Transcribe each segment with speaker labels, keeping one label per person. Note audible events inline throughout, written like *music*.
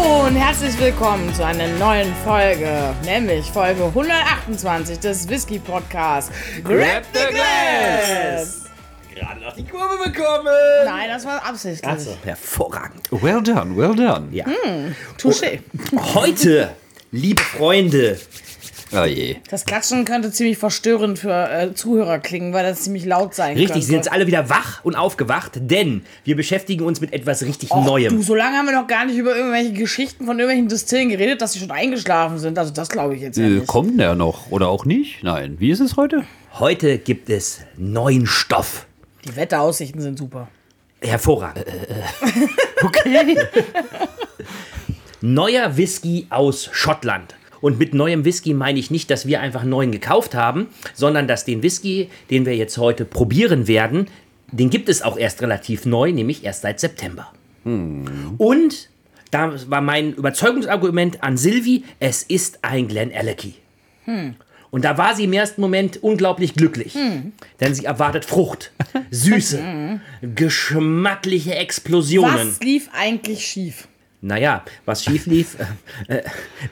Speaker 1: Herzlich willkommen zu einer neuen Folge, nämlich Folge 128 des Whisky Podcasts.
Speaker 2: Grab the Glass! Gerade noch die Kurve bekommen!
Speaker 1: Nein, das war absichtlich.
Speaker 2: Also, hervorragend.
Speaker 3: Well done, well done.
Speaker 2: Ja.
Speaker 1: Touché.
Speaker 2: Heute, liebe Freunde,
Speaker 3: Oh je.
Speaker 1: Das Klatschen könnte ziemlich verstörend für äh, Zuhörer klingen, weil das ziemlich laut sein
Speaker 2: richtig,
Speaker 1: könnte.
Speaker 2: sind jetzt alle wieder wach und aufgewacht, denn wir beschäftigen uns mit etwas richtig
Speaker 1: Och, Du,
Speaker 2: Neuem.
Speaker 1: so lange haben wir noch gar nicht über irgendwelche Geschichten von irgendwelchen Distillen geredet, dass sie schon eingeschlafen sind. Also das glaube ich jetzt ja
Speaker 3: Äh,
Speaker 1: nicht.
Speaker 3: kommt der noch oder auch nicht? Nein. Wie ist es heute?
Speaker 2: Heute gibt es neuen Stoff.
Speaker 1: Die Wetteraussichten sind super.
Speaker 2: Hervorragend. Neuer Whisky aus Schottland. Und mit neuem Whisky meine ich nicht, dass wir einfach einen neuen gekauft haben, sondern dass den Whisky, den wir jetzt heute probieren werden, den gibt es auch erst relativ neu, nämlich erst seit September. Und da war mein Überzeugungsargument an Silvi, es ist ein Glen Alecky. Und da war sie im ersten Moment unglaublich glücklich. Denn sie erwartet Frucht, Süße, geschmackliche Explosionen.
Speaker 1: Was lief eigentlich schief?
Speaker 2: Naja, was schief lief, äh, äh,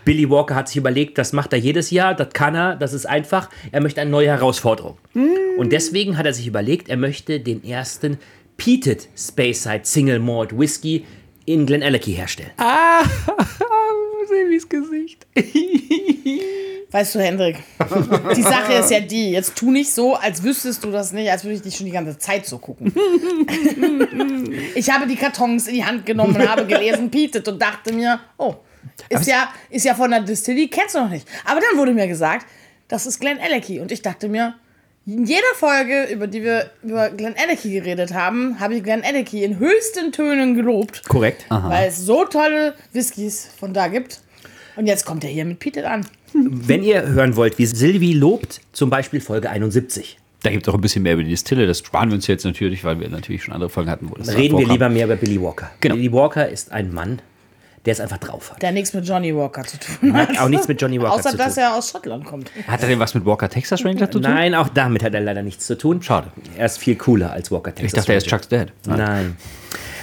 Speaker 2: Billy Walker hat sich überlegt, das macht er jedes Jahr, das kann er, das ist einfach, er möchte eine neue Herausforderung. Und deswegen hat er sich überlegt, er möchte den ersten Peated Speyside Single Malt Whisky in Glen Alecky herstellen.
Speaker 1: Ah.
Speaker 2: *laughs*
Speaker 3: Silvis Gesicht.
Speaker 1: Weißt du, Hendrik, die Sache ist ja die, jetzt tu nicht so, als wüsstest du das nicht, als würde ich dich schon die ganze Zeit so gucken. ich habe die Kartons in die Hand genommen und habe gelesen, Pietet und dachte mir, oh, ist ja, ist ja von der Distillerie, kennst du noch nicht. Aber dann wurde mir gesagt, das ist Glenn Alecky und ich dachte mir, in jeder Folge, über die wir über Glenn Alecky geredet haben, habe ich Glenn Alecky in höchsten Tönen gelobt,
Speaker 2: Korrekt.
Speaker 1: weil es so tolle Whiskys von da gibt. Und jetzt kommt er hier mit Pietet an.
Speaker 2: Wenn ihr hören wollt, wie Silvi lobt, zum Beispiel Folge 71,
Speaker 3: *laughs* Da gibt es auch ein bisschen mehr über die Distille. Das sparen wir uns jetzt natürlich, weil wir natürlich schon andere Folgen hatten, wo das
Speaker 2: reden wir
Speaker 3: vorkam.
Speaker 2: lieber mehr über Billy Walker.
Speaker 3: Genau.
Speaker 2: Billy Walker ist ein Mann, der es einfach drauf hat.
Speaker 1: der nichts mit Johnny Walker zu tun hat.
Speaker 2: Hat auch nichts mit Johnny Walker
Speaker 1: Außer,
Speaker 2: zu
Speaker 1: dass
Speaker 2: tun.
Speaker 1: er aus Schottland kommt.
Speaker 3: Hat er denn was mit Walker Texas Ranger zu tun?
Speaker 2: Nein, auch damit hat er leider nichts zu tun.
Speaker 3: Schade.
Speaker 2: Er ist viel cooler als Walker Texas.
Speaker 3: Ich dachte, er ist
Speaker 2: Ranger.
Speaker 3: Chuck's Dad.
Speaker 2: Nein.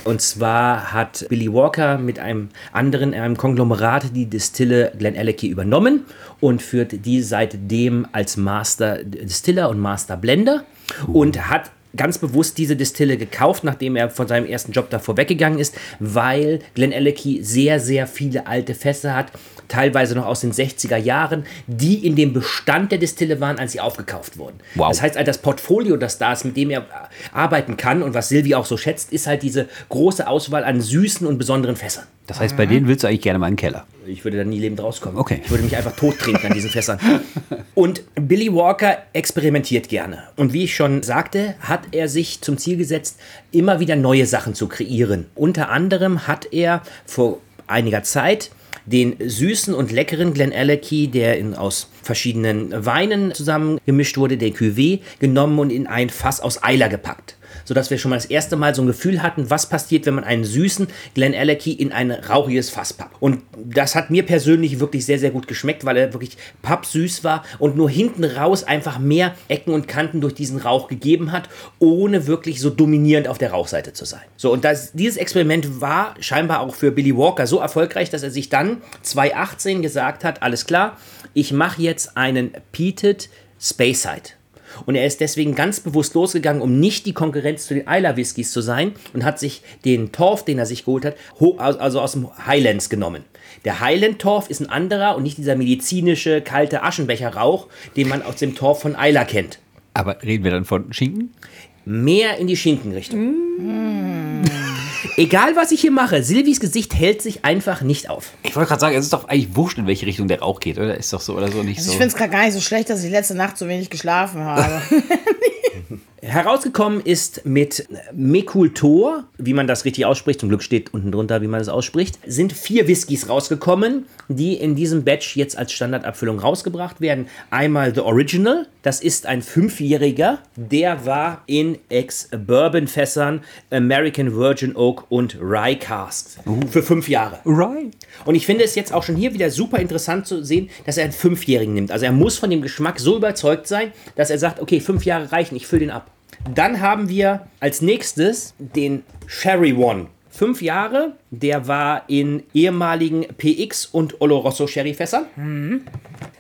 Speaker 2: Und zwar hat Billy Walker mit einem anderen, einem Konglomerat, die Distille Glen Alecky übernommen und führt die seitdem als Master Distiller und Master Blender und hat ganz bewusst diese Distille gekauft, nachdem er von seinem ersten Job davor weggegangen ist, weil Glen Alecky sehr, sehr viele alte Fässer hat, teilweise noch aus den 60er Jahren, die in dem Bestand der Distille waren, als sie aufgekauft wurden.
Speaker 3: Wow.
Speaker 2: Das heißt, heißt halt das Portfolio, das da ist, mit dem er arbeiten kann und was Silvi auch so schätzt, ist halt diese große Auswahl an süßen und besonderen Fässern.
Speaker 3: Das heißt, bei denen willst du eigentlich gerne mal in den Keller.
Speaker 2: Ich würde da nie lebend rauskommen.
Speaker 3: Okay.
Speaker 2: Ich würde mich einfach tot trinken an diesen Fässern. Und Billy Walker experimentiert gerne. Und wie ich schon sagte, hat er sich zum Ziel gesetzt, immer wieder neue Sachen zu kreieren. Unter anderem hat er vor einiger Zeit den süßen und leckeren Glen Alecky, der in, aus verschiedenen Weinen zusammengemischt wurde, der Cuvée, genommen und in ein Fass aus Eiler gepackt sodass wir schon mal das erste Mal so ein Gefühl hatten, was passiert, wenn man einen süßen Glen Alecky in ein rauchiges Fass packt. Und das hat mir persönlich wirklich sehr, sehr gut geschmeckt, weil er wirklich pappsüß war und nur hinten raus einfach mehr Ecken und Kanten durch diesen Rauch gegeben hat, ohne wirklich so dominierend auf der Rauchseite zu sein. So, und das, dieses Experiment war scheinbar auch für Billy Walker so erfolgreich, dass er sich dann 2018 gesagt hat, alles klar, ich mache jetzt einen Peated Speyside. Und er ist deswegen ganz bewusst losgegangen, um nicht die Konkurrenz zu den Isla Whiskys zu sein und hat sich den Torf, den er sich geholt hat, ho- aus- also aus dem Highlands genommen. Der Highland Torf ist ein anderer und nicht dieser medizinische kalte Aschenbecherrauch, den man aus dem Torf von Isla kennt.
Speaker 3: Aber reden wir dann von Schinken?
Speaker 2: Mehr in die Schinkenrichtung. Egal, was ich hier mache, Silvis Gesicht hält sich einfach nicht auf.
Speaker 3: Ich wollte gerade sagen, es ist doch eigentlich wurscht, in welche Richtung der Rauch geht, oder? Ist doch so oder so nicht
Speaker 1: Also ich
Speaker 3: so.
Speaker 1: finde es gerade gar nicht so schlecht, dass ich letzte Nacht so wenig geschlafen
Speaker 2: *laughs*
Speaker 1: habe.
Speaker 2: Herausgekommen ist mit Mekultor, wie man das richtig ausspricht, zum Glück steht unten drunter, wie man das ausspricht, sind vier Whiskys rausgekommen, die in diesem Batch jetzt als Standardabfüllung rausgebracht werden. Einmal The Original, das ist ein Fünfjähriger, der war in Ex-Bourbon-Fässern, American Virgin Oak und Rye Casks für fünf Jahre.
Speaker 3: Right.
Speaker 2: Und ich finde es jetzt auch schon hier wieder super interessant zu sehen, dass er einen Fünfjährigen nimmt. Also er muss von dem Geschmack so überzeugt sein, dass er sagt, okay, fünf Jahre reichen, ich fülle den ab. Dann haben wir als nächstes den Sherry One Fünf Jahre, der war in ehemaligen PX und Oloroso Sherryfässern.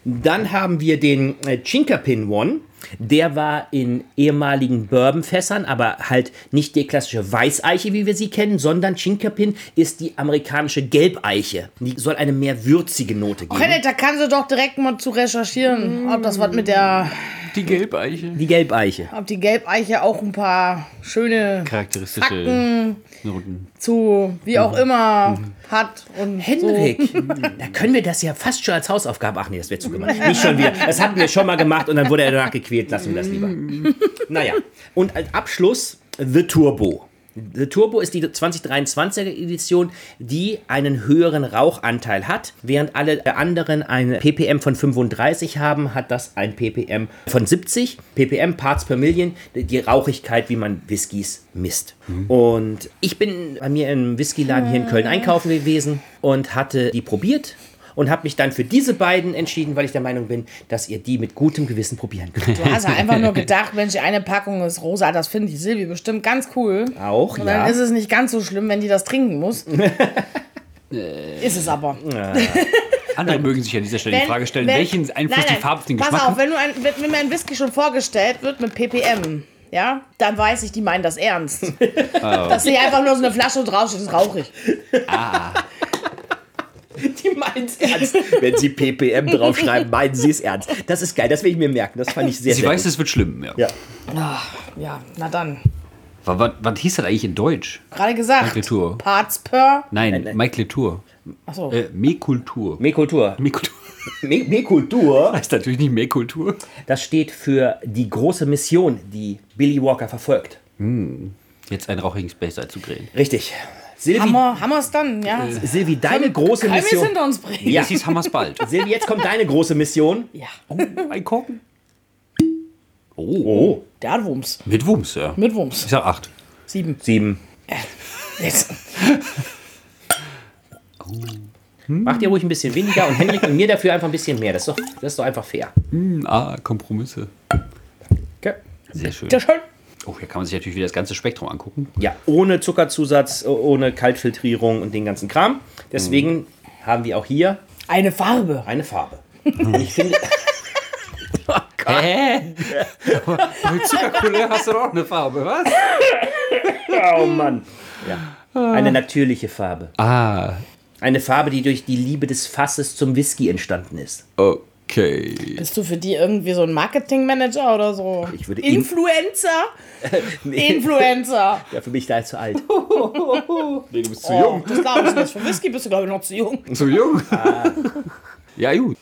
Speaker 2: Dann haben wir den äh, Chinkapin One. Der war in ehemaligen Bourbonfässern, aber halt nicht die klassische Weißeiche, wie wir sie kennen, sondern Chinkapin ist die amerikanische Gelbeiche. Die soll eine mehr würzige Note geben.
Speaker 1: Kenneth, da kannst du doch direkt mal zu
Speaker 2: Mm.
Speaker 1: recherchieren, ob das was mit der,
Speaker 4: Die Gelbeiche.
Speaker 2: Die Gelbeiche.
Speaker 1: ob die Gelbeiche auch ein paar schöne
Speaker 4: Charakteristische Noten.
Speaker 1: zu, wie
Speaker 2: Mm.
Speaker 1: auch immer, hat und
Speaker 2: Henrik, *laughs* da können wir das ja fast schon als Hausaufgabe. Ach nee, das wird zu gemacht. Nicht schon wieder. Das hatten wir schon mal gemacht und dann wurde er danach gequält. Lassen wir das lieber. Naja, und als Abschluss The Turbo. The Turbo ist die 2023er Edition, die einen höheren Rauchanteil hat. Während alle äh, anderen ein PPM von 35 haben, hat das ein PPM von 70. PPM, Parts per Million, die Rauchigkeit, wie man Whiskys misst. Und ich bin bei mir im Whiskyladen hier in Köln einkaufen gewesen und hatte die probiert und habe mich dann für diese beiden entschieden, weil ich der Meinung bin, dass ihr die mit gutem Gewissen probieren könnt.
Speaker 1: Du hast ja einfach
Speaker 2: *laughs*
Speaker 1: nur gedacht, Mensch, die eine Packung ist rosa, das findet die Silvi bestimmt ganz cool.
Speaker 2: Auch,
Speaker 1: Und
Speaker 2: ja.
Speaker 1: dann ist es nicht ganz so schlimm, wenn die das trinken
Speaker 2: *laughs*
Speaker 1: muss. ist es aber.
Speaker 4: Andere mögen sich an dieser Stelle die
Speaker 1: Wenn-
Speaker 4: Frage stellen,
Speaker 1: wenn-
Speaker 4: welchen Einfluss
Speaker 1: nein, nein,
Speaker 4: die Farbe auf den
Speaker 1: pass
Speaker 4: Geschmack
Speaker 1: auf, wenn, du ein, wenn wenn mir ein Whisky schon vorgestellt wird mit PPM, ja, dann weiß ich, die meinen das
Speaker 4: *laughs*
Speaker 1: ernst. Oh. Dass sie einfach nur so eine Flasche und draufsteht, ist rauchig.
Speaker 4: Ah.
Speaker 1: *laughs*
Speaker 2: Die meinen es
Speaker 4: *laughs*
Speaker 2: ernst. Wenn sie PPM draufschreiben, meinen sie es ernst. Das ist geil, das will ich mir merken. Das fand ich sehr,
Speaker 4: Sie
Speaker 2: sehr
Speaker 4: weiß,
Speaker 2: gut.
Speaker 4: es wird schlimm. Ja.
Speaker 2: Ja.
Speaker 1: Ah, Ja, na dann.
Speaker 4: Wa- wa- Was hieß das eigentlich in Deutsch?
Speaker 1: Gerade gesagt.
Speaker 4: Retour.
Speaker 1: Parts per.
Speaker 4: Nein,
Speaker 2: Nein, nein.
Speaker 4: Maikultur.
Speaker 1: Achso.
Speaker 4: Äh, Mekultur.
Speaker 2: Mekultur.
Speaker 4: Mekultur.
Speaker 2: Me
Speaker 4: *laughs*
Speaker 2: Mekultur,
Speaker 4: Heißt natürlich nicht Mekultur.
Speaker 2: das steht für die große Mission, die Billy Walker verfolgt.
Speaker 4: Jetzt einen rauchigen Space einzugrillen.
Speaker 2: Richtig. Silvi,
Speaker 1: Hammer, Hammer's dann, ja.
Speaker 4: Äh,
Speaker 2: Silvi deine große
Speaker 1: Können wir es
Speaker 2: Mission.
Speaker 1: hinter uns bringen?
Speaker 2: Ja.
Speaker 4: Das hieß *laughs* Hammersbald.
Speaker 2: Silvi, jetzt kommt deine große Mission.
Speaker 1: Ja.
Speaker 4: Ein Korken.
Speaker 2: Oh,
Speaker 1: Der hat Wumms.
Speaker 4: Mit Wumms, ja.
Speaker 1: Mit Wumms.
Speaker 4: Ich sag acht.
Speaker 1: Sieben.
Speaker 2: sieben.
Speaker 1: Jetzt.
Speaker 2: Macht ihr ruhig ein bisschen weniger und Henrik und mir dafür einfach ein bisschen mehr. Das ist doch, das ist doch einfach fair.
Speaker 4: Hm, Ah, Kompromisse.
Speaker 2: Okay.
Speaker 4: Sehr schön.
Speaker 1: Sehr schön.
Speaker 4: Oh, hier kann man sich natürlich wieder das ganze Spektrum angucken.
Speaker 2: Ja, ohne Zuckerzusatz, ohne Kaltfiltrierung und den ganzen Kram. Deswegen haben wir auch hier
Speaker 1: Eine Farbe.
Speaker 2: eine Farbe. Und ich finde,
Speaker 4: Hä? Äh? *laughs* Mit Zuckerkohle hast du doch auch eine Farbe, was?
Speaker 2: oh Mann. Ja, eine natürliche Farbe.
Speaker 4: Ah,
Speaker 2: Eine Farbe, die durch die Liebe des Fasses zum Whisky entstanden ist.
Speaker 4: okay.
Speaker 1: Bist du für die irgendwie so ein Marketingmanager oder so?
Speaker 2: Ich würde ihn-
Speaker 1: Influencer?
Speaker 2: *laughs*
Speaker 1: Influencer.
Speaker 2: Ja, für mich da ist zu
Speaker 4: *laughs*
Speaker 2: alt.
Speaker 4: Nee, du bist zu
Speaker 1: Oh, das glaube ich nicht. Für Whisky bist du, glaube ich, noch zu jung.
Speaker 4: Zu jung? ja, gut.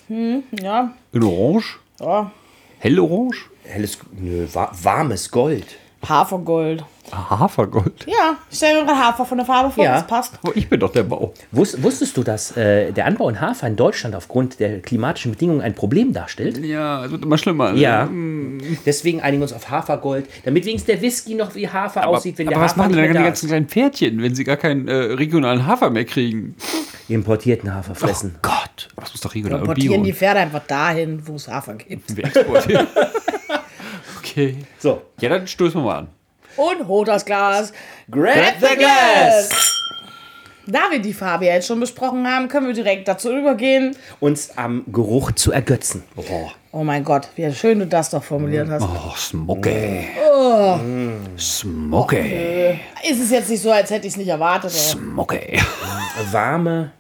Speaker 1: Ja.
Speaker 4: In Orange?
Speaker 1: ja.
Speaker 4: Hellorange?
Speaker 2: Helles, nö, wa- warmes Gold.
Speaker 1: Hafergold.
Speaker 4: Ah, Hafergold.
Speaker 1: Ja, ich stelle mir gerade Hafer von der Farbe vor,
Speaker 2: Ja.
Speaker 1: das passt.
Speaker 4: Aber ich bin doch der Bau.
Speaker 2: Wus wusstest du, dass äh, der Anbau in Hafer in Deutschland aufgrund der klimatischen Bedingungen ein Problem darstellt?
Speaker 4: Ja, es wird immer schlimmer. ne?
Speaker 2: Ja. Deswegen einigen wir uns auf Hafergold, damit wenigstens der Whisky noch wie Hafer
Speaker 4: Aber,
Speaker 2: aussieht, wenn
Speaker 4: aber
Speaker 2: der
Speaker 4: was
Speaker 2: Hafer
Speaker 4: machen
Speaker 2: nicht
Speaker 4: denn
Speaker 2: mehr
Speaker 4: dann die
Speaker 2: da
Speaker 4: ganzen kleinen Pferdchen, wenn sie gar keinen äh, regionalen Hafer mehr kriegen? Oh
Speaker 2: ist. Importierten Hafer fressen.
Speaker 4: Gott, das muss doch regional und
Speaker 1: Portieren
Speaker 4: Bio.
Speaker 1: die Pferde einfach dahin, wo es Hafer gibt.
Speaker 4: Wir exportieren. okay.
Speaker 2: So,
Speaker 4: Ja, dann stoßen wir mal an.
Speaker 1: Und holt das Glas.
Speaker 2: grab
Speaker 1: the glass! Da wir die Farbe ja jetzt schon besprochen haben, können wir direkt dazu übergehen.
Speaker 2: Uns am Geruch zu ergötzen.
Speaker 1: Oh mein Gott, wie schön du das doch formuliert hast.
Speaker 4: Oh, Mm, Smoky.
Speaker 2: Oh.
Speaker 4: Smoky.
Speaker 1: Ist es jetzt nicht so, als hätte ich es nicht erwartet? Oder?
Speaker 4: Smoky.
Speaker 2: Warme,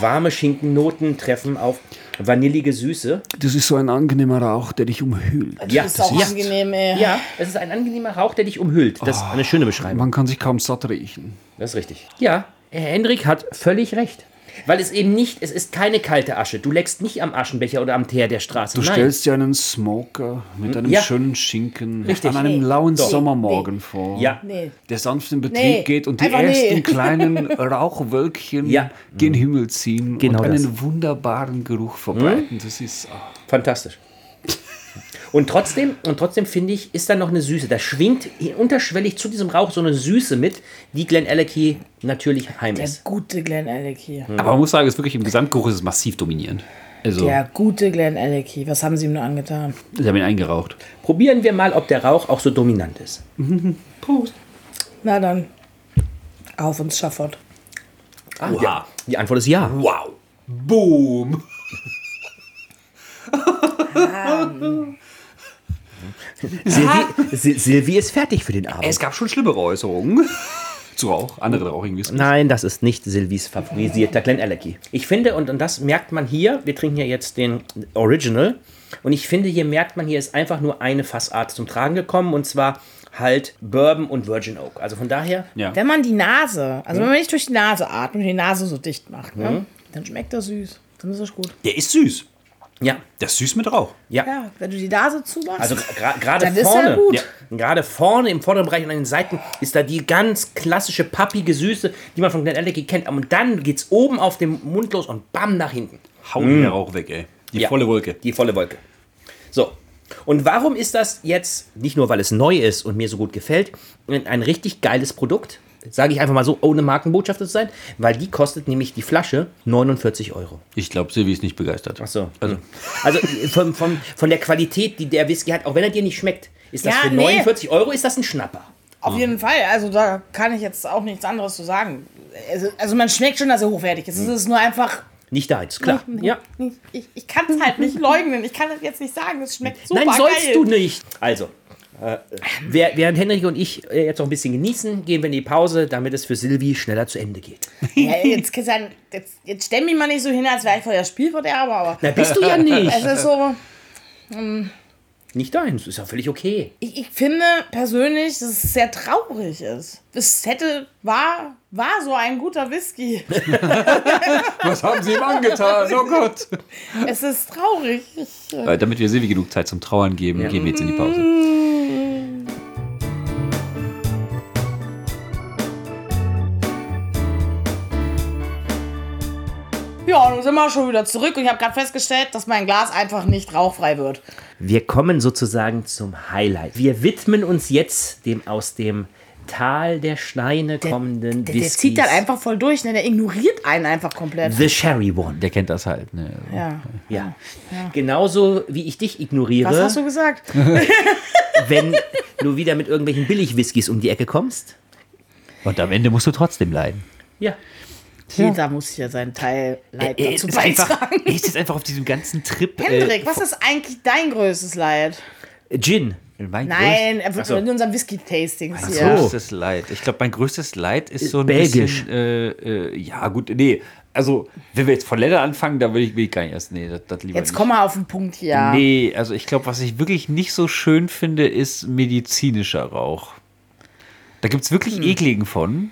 Speaker 2: warme Schinkennoten treffen auf vanillige Süße.
Speaker 4: Das ist so ein angenehmer Rauch, der dich umhüllt.
Speaker 2: Ja,
Speaker 1: ist auch
Speaker 2: ja.
Speaker 1: angenehm, ey.
Speaker 2: Ja, es ist ein angenehmer Rauch, der dich umhüllt. Das ist eine schöne Beschreibung.
Speaker 4: Man kann sich kaum satt riechen.
Speaker 2: Das ist richtig. Ja, Herr Hendrik hat völlig recht. Weil es eben nicht, es ist keine kalte Asche. Du leckst nicht am Aschenbecher oder am Teer der Straße.
Speaker 4: Du
Speaker 2: Nein.
Speaker 4: stellst dir einen Smoker mit einem
Speaker 2: Ja.
Speaker 4: schönen Schinken
Speaker 2: Richtig.
Speaker 4: an einem
Speaker 1: Nee.
Speaker 4: lauen
Speaker 1: Doch.
Speaker 4: Sommermorgen vor,
Speaker 2: Ja.
Speaker 1: Nee.
Speaker 4: der sanft in Betrieb
Speaker 1: Nee.
Speaker 4: geht und die
Speaker 1: Einfach nee. *laughs*
Speaker 4: ersten kleinen Rauchwölkchen
Speaker 2: Ja.
Speaker 4: gen Himmel ziehen
Speaker 2: Genau
Speaker 4: und
Speaker 2: das.
Speaker 4: einen wunderbaren Geruch verbreiten. Das ist ah,
Speaker 2: Fantastisch. Und trotzdem, und trotzdem finde ich, ist da noch eine Süße. Da schwingt unterschwellig zu diesem Rauch so eine Süße mit, die Glen Alecky natürlich heim
Speaker 1: Der
Speaker 2: ist.
Speaker 1: gute Glenn Alecky.
Speaker 4: Aber man muss sagen, es ist wirklich im Gesamtgeruch ist es massiv dominierend. Also,
Speaker 1: Der gute Glenn Alecky. Was haben sie ihm nur angetan?
Speaker 4: sie haben ihn eingeraucht.
Speaker 2: Probieren wir mal, ob der Rauch auch so dominant ist.
Speaker 1: Na dann. Auf ins Schafott.
Speaker 2: Oha. Ja. Die Antwort ist ja.
Speaker 4: Wow. Boom.
Speaker 2: Silvi, Sil Silvi ist fertig für den Abend.
Speaker 4: Es gab schon schlimmere Äußerungen. *laughs* Zu Rauch. Andere Rauchigen wissen.
Speaker 2: Nein, das ist nicht Silvis favorisierter Glenellachie. Ich finde, und, und das merkt man hier, wir trinken ja jetzt den Original, und ich finde, hier merkt man, hier ist einfach nur eine Fassart zum Tragen gekommen, und zwar halt Bourbon und Virgin Oak. Also von daher,
Speaker 4: Ja.
Speaker 1: Wenn man die Nase, also wenn man nicht durch die Nase atmet und die Nase so dicht macht, ne,
Speaker 2: Mhm.
Speaker 1: dann schmeckt das süß. Dann ist das gut.
Speaker 4: Der ist süß.
Speaker 2: ja,
Speaker 4: Der ist süß mit Rauch.
Speaker 2: ja.
Speaker 1: Ja, wenn du die Nase zumachst.
Speaker 2: Also gra- gerade
Speaker 1: Dann ist
Speaker 2: vorne,
Speaker 1: ja gut.
Speaker 2: ja, gerade vorne im vorderen Bereich und an den Seiten ist da die ganz klassische pappige Süße, die man von Glenellachie kennt. Und dann geht's oben auf dem Mund los und bam nach hinten.
Speaker 4: Hau mm. den Rauch weg, ey. Die
Speaker 2: Ja.
Speaker 4: volle Wolke.
Speaker 2: Die volle Wolke. So. Und warum ist das jetzt, nicht nur weil es neu ist und mir so gut gefällt, ein richtig geiles Produkt? Sage ich einfach mal so, ohne Markenbotschafter zu sein, weil die kostet nämlich die Flasche 49 Euro.
Speaker 3: Ich glaube, Silvi ist nicht begeistert.
Speaker 2: Ach so. Also, also von, von, von der Qualität, die der Whisky hat, auch wenn er dir nicht schmeckt, ist das
Speaker 1: Ja,
Speaker 2: für
Speaker 1: nee.
Speaker 2: 49 Euro ist das ein Schnapper.
Speaker 1: Auf jeden Fall, also da kann ich jetzt auch nichts anderes zu sagen. Also, also man schmeckt schon, dass er hochwertig ist. Es
Speaker 2: Mhm.
Speaker 1: ist nur einfach,
Speaker 2: Nicht deins, klar. Ja.
Speaker 1: ich, ich kann es halt nicht leugnen. Ich kann das jetzt nicht sagen, es schmeckt super
Speaker 2: Nein, sollst
Speaker 1: geil.
Speaker 2: du nicht. Also, äh, wer- während Henrik und ich äh, jetzt noch ein bisschen genießen, gehen wir in die Pause, damit es für Silvi schneller zu Ende geht.
Speaker 1: Ja, jetzt, Christian, jetzt, jetzt stell mich mal nicht so hin, als wäre ich voll der Spielverderber, aber
Speaker 2: Na, bist du ja
Speaker 1: es
Speaker 2: nicht.
Speaker 1: ist so,
Speaker 2: Nicht deins, ist ja völlig okay.
Speaker 1: ich, ich finde persönlich, dass es sehr traurig ist. Es hätte, war, war so ein guter
Speaker 3: *laughs*
Speaker 1: Whisky.
Speaker 4: Was haben sie ihm angetan? Oh Gott.
Speaker 1: es ist traurig. Ich,
Speaker 3: *laughs*
Speaker 1: äh,
Speaker 3: Äh, damit wir Silvi genug Zeit zum Trauern geben, gehen wir jetzt in die Pause.
Speaker 1: ja, nun sind wir schon wieder zurück und ich habe gerade festgestellt, dass mein Glas einfach nicht rauchfrei wird.
Speaker 2: Wir kommen sozusagen zum Highlight. Wir widmen uns jetzt dem aus dem Tal der Steine kommenden
Speaker 1: Der, der
Speaker 2: Whiskys.
Speaker 1: zieht dann einfach voll durch, ne? der ignoriert einen einfach komplett.
Speaker 2: The Sherry One.
Speaker 3: Der kennt das halt. Ne?
Speaker 1: Ja.
Speaker 2: Ja. Genauso wie ich dich ignoriere,
Speaker 1: Was hast du gesagt?
Speaker 2: wenn du wieder mit irgendwelchen Billig-Whiskys um die Ecke kommst.
Speaker 3: Und am Ende musst du trotzdem leiden.
Speaker 2: Ja.
Speaker 1: Jeder muss ja seinen Teil Leid
Speaker 3: Er
Speaker 1: dazu
Speaker 3: Äh, ist einfach,
Speaker 1: beitragen.
Speaker 3: er *laughs* ist jetzt einfach auf diesem ganzen Trip. äh,
Speaker 1: Hendrik, was ist eigentlich dein größtes Leid?
Speaker 2: Gin.
Speaker 3: Äh, mein
Speaker 1: Nein,
Speaker 3: größtes-
Speaker 1: er so. in unseren Whisky-Tastings
Speaker 3: Mein
Speaker 1: hier.
Speaker 3: größtes Leid. Ich glaube, mein größtes Leid ist so ein
Speaker 2: Belgisch.
Speaker 3: bisschen. Äh, äh, ja, gut, nee. Also, wenn wir jetzt von Länder anfangen, da will ich, will ich gar nicht erst. Nee, das, das lieber
Speaker 1: Jetzt
Speaker 3: nicht.
Speaker 1: komm mal auf den Punkt hier.
Speaker 3: Nee, also ich glaube, was ich wirklich nicht so schön finde, ist medizinischer Rauch. Da gibt es wirklich
Speaker 4: Hm.
Speaker 3: ekligen von.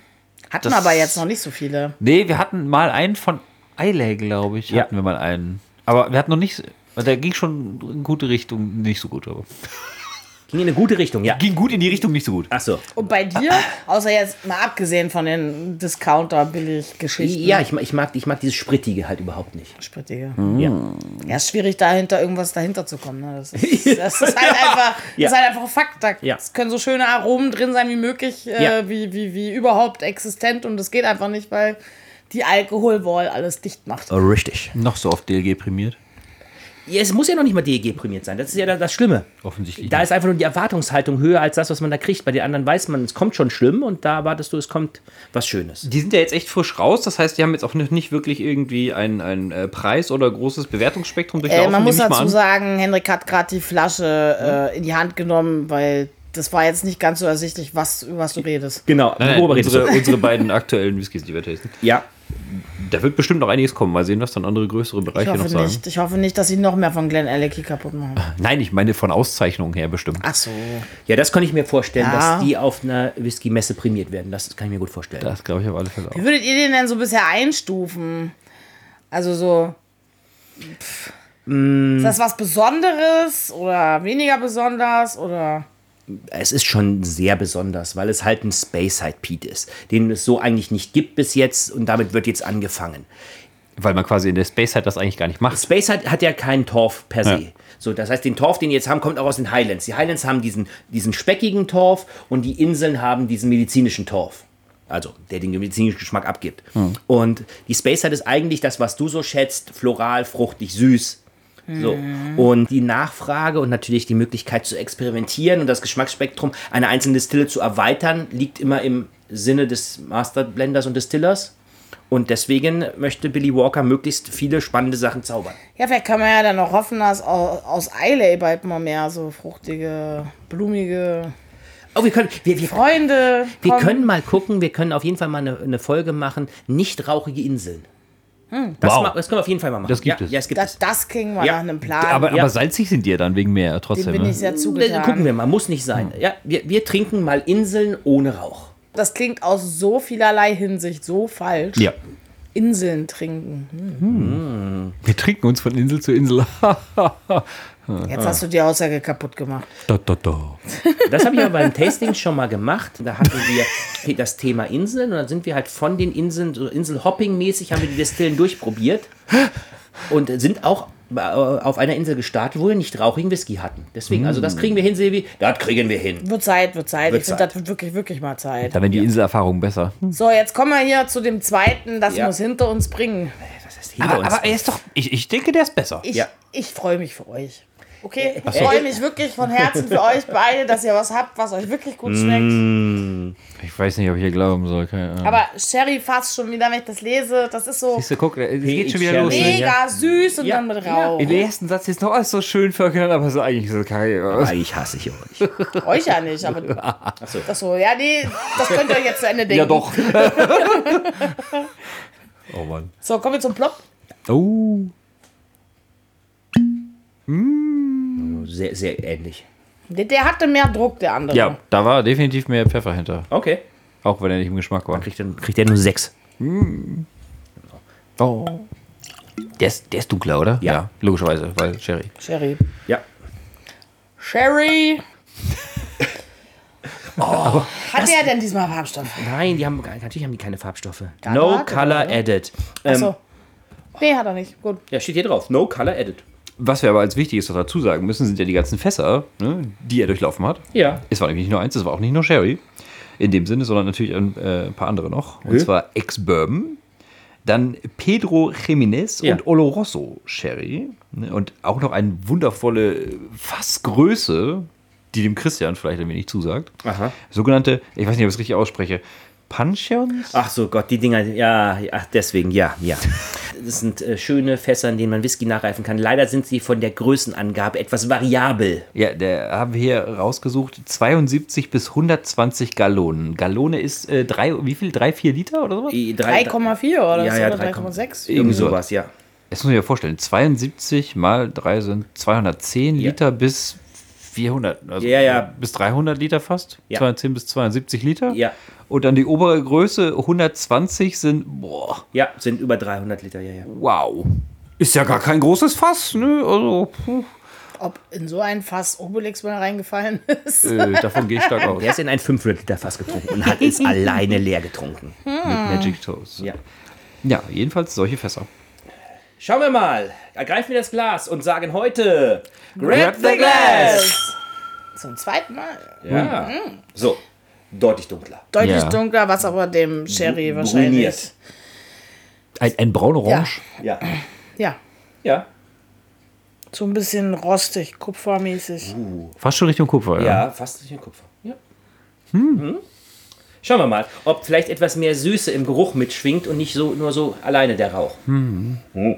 Speaker 1: Hatten
Speaker 3: das-
Speaker 1: aber jetzt noch nicht so viele.
Speaker 3: Nee, wir hatten mal einen von Eile, glaube ich.
Speaker 2: Ja.
Speaker 3: Hatten wir mal einen. Aber wir hatten noch nicht. Der ging schon in gute Richtung, nicht so gut, aber.
Speaker 2: Ging in eine gute Richtung, ja.
Speaker 3: Ging gut in die Richtung, nicht so gut.
Speaker 2: Achso.
Speaker 1: Und bei dir, außer jetzt mal abgesehen von den Discounter-Billig-Geschichten.
Speaker 2: Ja, ich, ma- ich, mag, ich mag dieses Sprittige halt überhaupt nicht.
Speaker 1: Sprittige.
Speaker 2: Ja.
Speaker 1: Ja, ist schwierig, dahinter irgendwas dahinter zu kommen. Ne? Das, ist, das ist halt einfach,
Speaker 2: Ja.
Speaker 1: das ist halt einfach ein Fakt. Da
Speaker 2: Ja.
Speaker 1: Es können so schöne Aromen drin sein wie möglich, äh,
Speaker 2: Ja.
Speaker 1: wie, wie, wie überhaupt existent. Und das geht einfach nicht, weil die Alkoholwall alles dicht macht.
Speaker 2: Oh, Richtig.
Speaker 3: Noch so oft DLG prämiert.
Speaker 2: Ja, es muss ja noch nicht mal DEG-prämiert sein. Das ist ja da- das Schlimme.
Speaker 3: Offensichtlich
Speaker 2: Da
Speaker 3: nicht.
Speaker 2: ist einfach nur die Erwartungshaltung höher als das, was man da kriegt. Bei den anderen weiß man, es kommt schon schlimm und da erwartest du, es kommt was Schönes.
Speaker 4: Die sind ja jetzt echt frisch raus. Das heißt, die haben jetzt auch nicht, nicht wirklich irgendwie einen, einen äh, Preis oder großes Bewertungsspektrum durchlaufen.
Speaker 1: Äh, man muss
Speaker 4: nehme ich mal
Speaker 1: dazu
Speaker 4: an.
Speaker 1: sagen, Henrik hat gerade die Flasche äh, in die Hand genommen, weil das war jetzt nicht ganz so ersichtlich, was, über was du redest.
Speaker 2: Genau,
Speaker 4: Nein,
Speaker 2: worüber
Speaker 4: nein,
Speaker 2: redest du?
Speaker 4: unsere, unsere beiden aktuellen Whiskys, die wir testen.
Speaker 2: Ja.
Speaker 4: Da wird bestimmt noch einiges kommen. Mal sehen, was dann andere größere
Speaker 1: Ich
Speaker 4: Bereiche noch
Speaker 1: hoffe,
Speaker 4: sagen.
Speaker 1: nicht, ich hoffe nicht, dass sie noch mehr von Glenn Alecky kaputt machen.
Speaker 3: Nein, ich meine von Auszeichnungen her bestimmt.
Speaker 1: Ach so.
Speaker 2: ja, das kann ich mir vorstellen,
Speaker 1: Ja.
Speaker 2: dass die auf einer Whisky-Messe prämiert werden. Das kann ich mir gut vorstellen.
Speaker 3: Das glaube ich auf alle Fälle auch.
Speaker 1: Wie würdet ihr den denn so bisher einstufen? Also so.
Speaker 2: Mm.
Speaker 1: Pff. Ist das was Besonderes oder weniger besonders oder
Speaker 2: es ist schon sehr besonders, weil es halt ein Space-Side Pete ist, den es so eigentlich nicht gibt bis jetzt und damit wird jetzt angefangen.
Speaker 3: Weil man quasi in der Space halt das eigentlich gar nicht macht.
Speaker 2: Space Side hat ja keinen Torf per se.
Speaker 3: Ja.
Speaker 2: So, das heißt, den Torf, den die jetzt haben, kommt auch aus den Highlands. Die Highlands haben diesen, diesen speckigen Torf und die Inseln haben diesen medizinischen Torf. Also, der den medizinischen Geschmack abgibt. Und die Space Side ist eigentlich das, was du so schätzt, floral, fruchtig, süß. So. Und die Nachfrage und natürlich die Möglichkeit zu experimentieren und das Geschmacksspektrum einer einzelnen Distille zu erweitern, liegt immer im Sinne des Masterblenders und Distillers. Und deswegen möchte Billy Walker möglichst viele spannende Sachen zaubern.
Speaker 1: Ja, vielleicht kann man ja dann noch hoffen, dass aus, aus Islay bald mal mehr so fruchtige, blumige
Speaker 2: Oh, wir können, wir, wir,
Speaker 1: Freunde
Speaker 2: wir
Speaker 1: kommen.
Speaker 2: können mal gucken, wir können auf jeden Fall mal eine, eine Folge machen, nicht rauchige Inseln. Das,
Speaker 3: Wow.
Speaker 2: ma- das können wir auf jeden Fall mal machen.
Speaker 3: Das gibt
Speaker 2: ja,
Speaker 3: es.
Speaker 2: Ja, es gibt
Speaker 1: Das,
Speaker 2: es.
Speaker 1: das klingt mal
Speaker 2: Ja,
Speaker 1: nach einem Plan.
Speaker 3: Aber,
Speaker 2: ja.
Speaker 3: aber salzig sind die ja dann wegen mehr
Speaker 1: Dem
Speaker 3: trotzdem.
Speaker 1: bin
Speaker 3: ne?
Speaker 1: ich sehr
Speaker 2: Äh,
Speaker 1: zugetan.
Speaker 2: Gucken wir mal, muss nicht sein. Ja, wir, wir trinken mal Inseln ohne Rauch.
Speaker 1: Das klingt aus so vielerlei Hinsicht so falsch.
Speaker 3: ja.
Speaker 1: Inseln trinken.
Speaker 3: Wir trinken uns von Insel zu Insel. *laughs*
Speaker 1: Jetzt hast du die Aussage kaputt gemacht.
Speaker 3: Da, da, da.
Speaker 2: Das habe ich aber beim Tasting schon mal gemacht. Da hatten wir *laughs* das Thema Inseln und dann sind wir halt von den Inseln, so Inselhopping-mäßig, haben wir die Destillen durchprobiert und sind auch äh, auf einer Insel gestartet, wo wir nicht rauchigen Whisky hatten. Deswegen, also das kriegen wir hin, Silvi. Das kriegen wir hin.
Speaker 1: Wird Zeit, wird Zeit.
Speaker 2: Wird
Speaker 1: ich finde,
Speaker 2: Zeit.
Speaker 1: das wird wirklich, wirklich mal Zeit.
Speaker 3: Da werden die Inselerfahrungen besser.
Speaker 1: So, jetzt kommen wir hier zu dem zweiten. Das
Speaker 2: Ja.
Speaker 1: muss hinter uns bringen.
Speaker 2: Das ist hinter uns.
Speaker 4: er ist doch. Ich, ich denke, der ist besser.
Speaker 1: Ich,
Speaker 2: Ja.
Speaker 1: ich freue mich für euch. Okay, ich freue mich wirklich von Herzen für euch beide, dass ihr was habt, was euch wirklich gut schmeckt.
Speaker 3: Ich weiß nicht, ob ich hier glauben soll. Keine Ahnung.
Speaker 1: Aber Sherry fasst schon wieder, wenn ich das lese. Das ist so
Speaker 3: Siehst du, guck, es geht schon wieder
Speaker 2: Sherry.
Speaker 3: los.
Speaker 2: Nee.
Speaker 3: Ne?
Speaker 1: mega süß und
Speaker 2: Ja.
Speaker 1: dann mit Rauch.
Speaker 3: In den ersten Satz ist noch alles so schön verknallt, aber es ist eigentlich so kacke.
Speaker 2: Eigentlich hasse ich
Speaker 1: *laughs*
Speaker 2: euch.
Speaker 1: Euch ja nicht, aber. Achso, ja, nee, das könnt ihr euch jetzt zu Ende denken.
Speaker 3: Ja, doch. oh Mann.
Speaker 1: So, kommen wir zum Plop.
Speaker 3: Oh.
Speaker 2: Also Sehr, sehr ähnlich.
Speaker 1: Der, der hatte mehr Druck, der andere.
Speaker 3: Ja, da war definitiv mehr Pfeffer hinter.
Speaker 2: Okay.
Speaker 3: Auch wenn er nicht im Geschmack war.
Speaker 2: Kriegt er, kriegt er nur sechs.
Speaker 3: Oh. Der ist, der ist dunkler, oder?
Speaker 2: Ja.
Speaker 3: Logischerweise, weil Sherry.
Speaker 1: Sherry.
Speaker 2: Ja.
Speaker 1: Sherry! Oh, Hat der denn diesmal Farbstoff?
Speaker 2: Nein, die haben natürlich haben die keine Farbstoffe.
Speaker 1: Dann
Speaker 2: no
Speaker 1: warte mal,
Speaker 2: color
Speaker 1: oder?
Speaker 2: added. Ähm,
Speaker 1: Achso. Nee, hat er nicht. Gut.
Speaker 2: Ja, steht hier drauf. No color added.
Speaker 4: Was wir aber als Wichtiges noch dazu sagen müssen, sind ja die ganzen Fässer, ne, die er durchlaufen hat.
Speaker 2: Ja.
Speaker 4: Es war nämlich nicht nur eins, es war auch nicht nur Sherry in dem Sinne, sondern natürlich ein, äh, ein paar andere noch. Und zwar Ex-Bourbon, dann Pedro Jiménez
Speaker 2: Ja.
Speaker 4: und Oloroso Sherry. Ne? Und auch noch eine wundervolle Fassgröße, die dem Christian vielleicht ein wenig zusagt.
Speaker 2: Aha.
Speaker 4: Sogenannte, ich weiß nicht, ob ich es richtig ausspreche, Pancheons?
Speaker 2: Ach so, Gott, die Dinger, ja, ach, deswegen, ja, *laughs* ja. Das sind äh, schöne Fässer, in denen man Whisky nachreifen kann. Leider sind sie von der Größenangabe etwas variabel.
Speaker 4: Ja, der haben wir hier rausgesucht. 72 bis 120 Gallonen. Gallone ist äh, drei, wie viel? Drei, vier Liter oder sowas?
Speaker 2: Die drei-
Speaker 1: 3,4 oder
Speaker 2: Ja,
Speaker 1: so,
Speaker 2: ja,
Speaker 1: oder
Speaker 2: 3,6.
Speaker 1: 3,6?
Speaker 2: Irgendwie sowas, ja.
Speaker 4: Das muss ich mir vorstellen. 72 mal 3 sind 210
Speaker 2: Ja.
Speaker 4: Liter bis 400. Also
Speaker 2: Ja, ja.
Speaker 4: Bis 300 Liter fast.
Speaker 2: Ja.
Speaker 4: 210 bis 270 Liter.
Speaker 2: Ja.
Speaker 4: Und dann die obere Größe 120 sind, boah,
Speaker 2: Ja, sind über 300 Liter, ja, ja.
Speaker 4: wow. Ist ja gar kein großes Fass, ne? Also, puh.
Speaker 1: Ob in so ein Fass Obelix mal reingefallen ist?
Speaker 4: Äh, davon gehe ich
Speaker 2: *laughs*
Speaker 4: stark aus.
Speaker 2: Der ist in ein 500 Liter Fass getrunken und hat *laughs* es alleine leer getrunken.
Speaker 4: Mit Magic Toast.
Speaker 2: Ja.
Speaker 4: ja, jedenfalls solche Fässer.
Speaker 2: Schauen wir mal. Ergreifen wir das Glas und sagen heute: Grab the
Speaker 1: the
Speaker 2: glass!
Speaker 1: Zum zweiten Mal.
Speaker 2: Ja.
Speaker 1: Mhm.
Speaker 2: So, deutlich dunkler.
Speaker 1: Deutlich
Speaker 4: Ja.
Speaker 1: dunkler, was aber dem Sherry Eh, wahrscheinlich.
Speaker 2: Ruiniert.
Speaker 4: Ein, ein braun-orange.
Speaker 2: Ja.
Speaker 1: Ja,
Speaker 2: Ja.
Speaker 1: so ein bisschen rostig, kupfermäßig.
Speaker 4: Mhm.
Speaker 3: Fast schon Richtung Kupfer, ja.
Speaker 2: Ja, fast durch den Kupfer. Ja. Mhm. Schauen wir mal, ob vielleicht etwas mehr Süße im Geruch mitschwingt und nicht so, nur so alleine der Rauch.
Speaker 4: Hm.
Speaker 2: *laughs*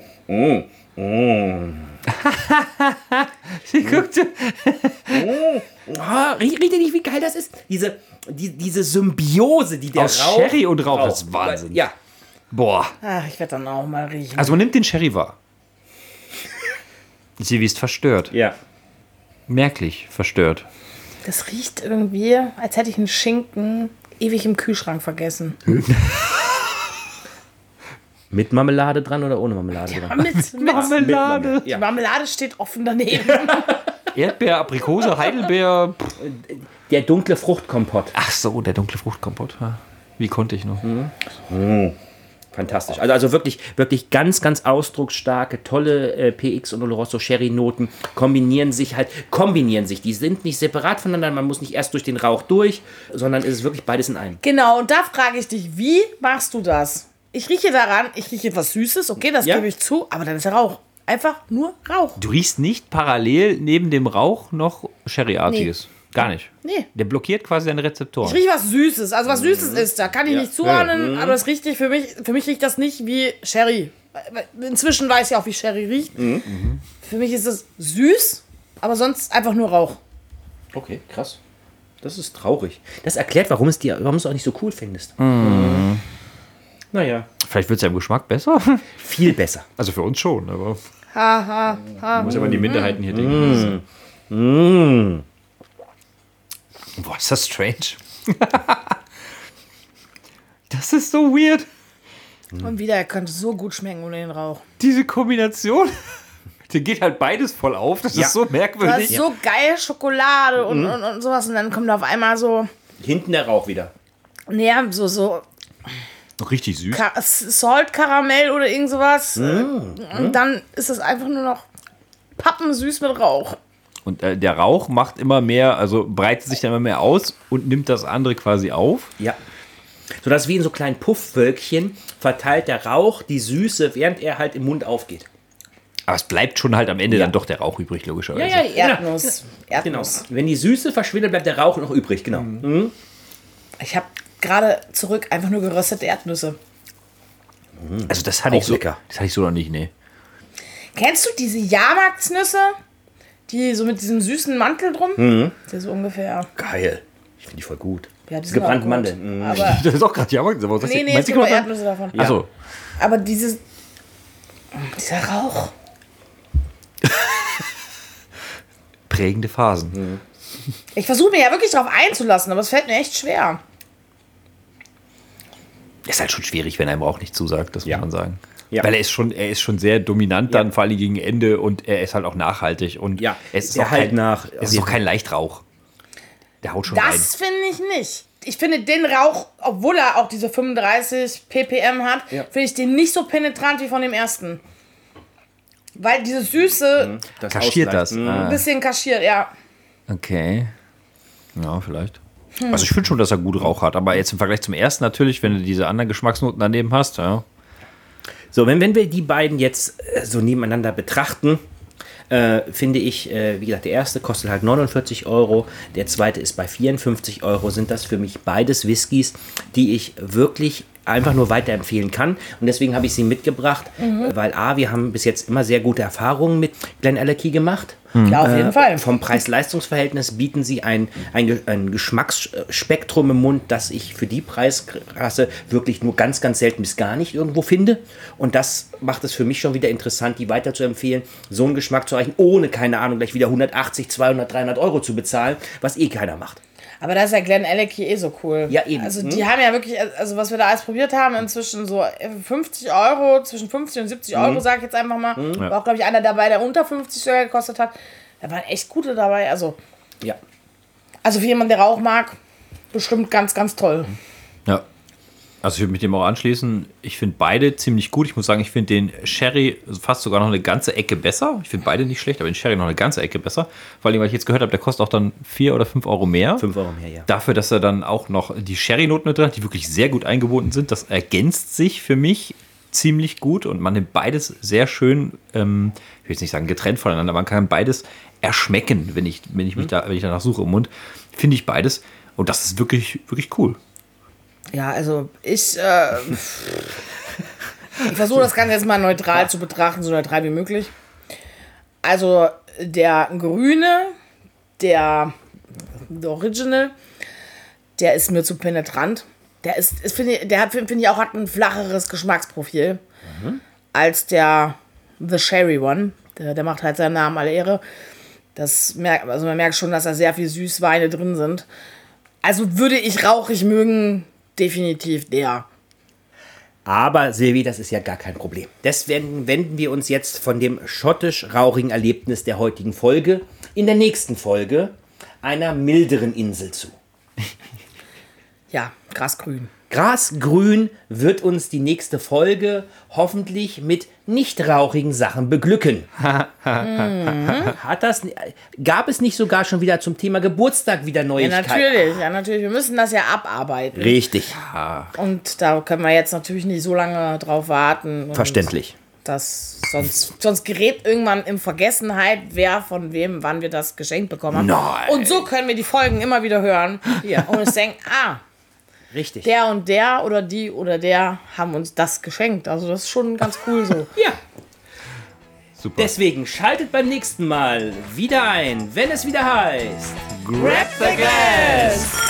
Speaker 3: Sie guckt.
Speaker 2: *laughs* Ah, riecht, riecht ihr nicht, wie geil das ist? Diese, die, diese Symbiose, die der
Speaker 4: Aus
Speaker 2: Rauch...
Speaker 4: Sherry und Rauch, das ist Wahnsinn.
Speaker 2: Ja.
Speaker 4: Boah.
Speaker 1: Ach, Ah, ich werde dann auch mal riechen.
Speaker 4: Also man nimmt den Sherry wahr. Sie ist verstört.
Speaker 2: Ja.
Speaker 4: Merklich verstört.
Speaker 1: Das riecht irgendwie, als hätte ich einen Schinken ewig im Kühlschrank vergessen.
Speaker 2: Mit Marmelade dran oder ohne Marmelade
Speaker 4: *laughs*
Speaker 2: dran?
Speaker 1: Mit, mit
Speaker 4: Marmelade.
Speaker 1: Die
Speaker 2: Ja.
Speaker 1: Marmelade steht offen daneben.
Speaker 4: Erdbeer, Aprikose, Heidelbeer. Pff.
Speaker 2: Der dunkle Fruchtkompott.
Speaker 4: Ach so, der dunkle Fruchtkompott. Ha. Wie konnte ich noch?
Speaker 2: Fantastisch. Also, also wirklich, wirklich ganz, ganz ausdrucksstarke, tolle äh, PX und Oloroso Sherry Noten kombinieren sich halt, kombinieren sich. Die sind nicht separat voneinander, man muss nicht erst durch den Rauch durch, sondern es ist wirklich beides in einem.
Speaker 1: genau, und da frage ich dich, wie machst du das? Ich rieche daran, ich rieche etwas Süßes, okay, das
Speaker 2: Ja.
Speaker 1: gebe ich zu, aber dann ist ja Rauch. Einfach nur Rauch.
Speaker 4: Du riechst nicht parallel neben dem Rauch noch Sherryartiges.
Speaker 3: Gar nicht.
Speaker 1: Nee.
Speaker 3: Der blockiert quasi deine Rezeptoren.
Speaker 1: Ich rieche was Süßes. Also
Speaker 2: Mhm.
Speaker 1: was Süßes ist da. Kann ich nicht zuordnen, aber es riecht nicht für mich. Für mich riecht das nicht wie Sherry. Inzwischen weiß ich auch, wie Sherry riecht.
Speaker 2: Mhm.
Speaker 1: Für mich ist es süß, aber sonst einfach nur Rauch.
Speaker 2: Okay, krass. Das ist traurig. Das erklärt, warum es dir, warum du es auch nicht so cool findest. Mhm. Naja.
Speaker 4: Vielleicht wird es ja im Geschmack besser.
Speaker 2: Viel besser.
Speaker 4: Also für uns schon, aber. Mm.
Speaker 1: Haha. Ha, ha.
Speaker 4: Muss ja mal die Minderheiten hier denken. Mm. Boah, ist das strange. *laughs* das ist so weird.
Speaker 2: Mhm.
Speaker 1: Und wieder, er könnte so gut schmecken ohne den Rauch.
Speaker 4: Diese Kombination. *laughs* Dir geht halt beides voll auf. Das
Speaker 2: Ja. Mhm.
Speaker 4: ist so
Speaker 1: Das ist
Speaker 4: merkwürdig.
Speaker 1: so geil, Schokolade und, und, und sowas. Und dann kommt auf einmal so,
Speaker 2: Hinten der Rauch wieder.
Speaker 1: naja, so, so
Speaker 4: Richtig süß.
Speaker 1: Ka Salt Karamell oder irgend sowas. Äh, Und dann ist es einfach nur noch pappensüß mit Rauch.
Speaker 4: Und äh, der Rauch macht immer mehr, also breitet sich dann immer mehr aus und nimmt das andere quasi auf.
Speaker 2: Ja. Sodass wie in so kleinen Puffwölkchen verteilt der Rauch die Süße, während er halt im Mund aufgeht.
Speaker 4: Aber es bleibt schon halt am Ende dann doch der Rauch übrig, logischerweise.
Speaker 2: Also,
Speaker 1: Ja, die Erdnuss.
Speaker 2: Genau.
Speaker 1: Erdnuss. Mhm.
Speaker 2: Wenn die Süße verschwindet, bleibt der Rauch noch übrig. Genau.
Speaker 1: Ich habe gerade zurück einfach nur geröstete Erdnüsse.
Speaker 4: Also das hatte
Speaker 2: Auch
Speaker 4: ich so.
Speaker 2: lecker.
Speaker 4: Das hatte ich so noch nicht, nee.
Speaker 1: Kennst du diese Jahrmarktsnüsse? Die so mit diesem süßen Mantel drum? Das ist so ungefähr.
Speaker 2: Geil. Ich finde die voll gut.
Speaker 1: Ja, die sind auch
Speaker 2: Gebrannte
Speaker 1: gut.
Speaker 2: Mandeln. Mhm.
Speaker 1: Aber.
Speaker 4: *laughs* *laughs* Das ist auch gerade Jahrmarkt. aber was
Speaker 1: Nee, nee, es
Speaker 4: meinst du genau
Speaker 1: gibt nur
Speaker 4: gerade-
Speaker 1: Erdnüsse davon.
Speaker 4: Achso,
Speaker 1: Aber dieses. Dieser Rauch.
Speaker 4: prägende Phasen.
Speaker 2: Mhm.
Speaker 1: Ich versuche mir ja wirklich drauf einzulassen, aber es fällt mir echt schwer.
Speaker 4: Ist halt schon schwierig, wenn einem Rauch nicht zusagt, das
Speaker 2: Ja.
Speaker 4: muss man sagen.
Speaker 2: Ja.
Speaker 4: Weil er ist schon, er ist schon sehr dominant dann, vor allem gegen Ende und er ist halt auch nachhaltig und
Speaker 2: Ja,
Speaker 4: es ist
Speaker 2: der
Speaker 4: auch
Speaker 2: halt
Speaker 4: kein,
Speaker 2: nach-
Speaker 4: Es ist auch kein Leichtrauch. Der haut schon rein.
Speaker 1: Das finde ich nicht. Ich finde den Rauch, obwohl er auch diese 35 ppm hat, finde ich den nicht so penetrant wie von dem ersten. Weil diese Süße
Speaker 2: Das
Speaker 4: Kaschiert das.
Speaker 2: ausgleicht. Mhm.
Speaker 1: ein
Speaker 4: Ah,
Speaker 1: bisschen kaschiert, ja.
Speaker 4: okay. Ja, vielleicht. Also ich finde schon, dass er gut Rauch hat, aber jetzt im Vergleich zum ersten natürlich, wenn du diese anderen Geschmacksnoten daneben hast, ja.
Speaker 2: So, wenn, wenn wir die beiden jetzt äh, so nebeneinander betrachten, äh, finde ich, äh, wie gesagt, der erste kostet halt 49 Euro, der zweite ist bei 54 Euro. Sind das für mich beides Whiskys, die ich wirklich einfach nur weiterempfehlen kann. Und deswegen habe ich sie mitgebracht,
Speaker 1: Mhm.
Speaker 2: äh, weil A, wir haben bis jetzt immer sehr gute Erfahrungen mit Glen Allerkey gemacht.
Speaker 1: Ja, auf jeden Fall.
Speaker 2: Äh, Vom Preis-Leistungs-Verhältnis bieten sie ein, ein, Ge- ein Geschmacksspektrum im Mund, das ich für die Preisklasse wirklich nur ganz, ganz selten bis gar nicht irgendwo finde. Und das macht es für mich schon wieder interessant, die weiter zu empfehlen, so einen Geschmack zu erreichen, ohne, keine Ahnung, gleich wieder 180, 200, 300 Euro zu bezahlen, was eh keiner macht.
Speaker 1: Aber da ist ja Glenn Alecky eh so cool.
Speaker 2: Ja, eben. Mhm.
Speaker 1: Also die haben ja wirklich, also was wir da alles probiert haben, inzwischen so 50 Euro, zwischen 50 und
Speaker 2: Mhm.
Speaker 1: 70 Euro, sag ich jetzt einfach mal. War auch, glaube ich, einer dabei, der unter 50 sogar gekostet hat. Da waren echt gute dabei. Also,
Speaker 2: Ja.
Speaker 1: also für jemanden, der Rauch mag, bestimmt ganz, ganz toll.
Speaker 4: Ja. Also ich würde mich dem auch anschließen. Ich finde beide ziemlich gut. Ich muss sagen, ich finde den Sherry fast sogar noch eine ganze Ecke besser. Ich finde beide nicht schlecht, aber den Sherry noch eine ganze Ecke besser. Vor allem, weil ich jetzt gehört habe, der kostet auch dann 4 oder 5 Euro mehr.
Speaker 2: 5 Euro mehr, ja.
Speaker 4: Dafür, dass er dann auch noch die Sherry-Noten mit drin hat, die wirklich sehr gut eingebunden sind. Das ergänzt sich für mich ziemlich gut und man nimmt beides sehr schön, ähm, ich will jetzt nicht sagen getrennt voneinander, man kann beides erschmecken, wenn ich, wenn
Speaker 2: Mhm.
Speaker 4: ich mich da, wenn ich danach suche im Mund. Finde ich beides. Und das ist wirklich, wirklich cool.
Speaker 1: Ja, also ich, äh, ich versuche das Ganze jetzt mal neutral zu betrachten, so neutral wie möglich. Also der Grüne, der, der Original, der ist mir zu penetrant. Der ist, ist finde ich, der hat, finde ich auch, hat ein flacheres Geschmacksprofil als der The Sherry One. Der, der macht halt seinen Namen alle Ehre. Das merkt, also man merkt schon, dass da sehr viel Süßweine drin sind. Also würde ich rauchig mögen, definitiv der.
Speaker 2: Aber Silvi, das ist ja gar kein Problem. Deswegen wenden wir uns jetzt von dem schottisch-rauchigen Erlebnis der heutigen Folge in der nächsten Folge einer milderen Insel zu.
Speaker 1: Ja, grasgrün.
Speaker 2: Grasgrün wird uns die nächste Folge hoffentlich mit nicht rauchigen Sachen beglücken. *laughs* Hat das, gab es nicht sogar schon wieder zum Thema Geburtstag wieder
Speaker 1: Ja,
Speaker 2: Neuigkeiten?
Speaker 1: natürlich, ja, natürlich. Wir müssen das ja abarbeiten.
Speaker 2: Richtig,
Speaker 1: Und da können wir jetzt natürlich nicht so lange drauf warten. Und
Speaker 2: verständlich.
Speaker 1: Das, sonst, sonst gerät irgendwann in Vergessenheit, wer von wem, wann wir das geschenkt bekommen haben.
Speaker 2: Nein.
Speaker 1: Und so können wir die Folgen immer wieder hören hier, und uns denken, ah,
Speaker 2: Richtig.
Speaker 1: der und der oder die oder der haben uns das geschenkt. Also das ist schon ganz cool so.
Speaker 2: ja.
Speaker 3: Super.
Speaker 2: Deswegen schaltet beim nächsten Mal wieder ein, wenn es wieder heißt Grab the Glass!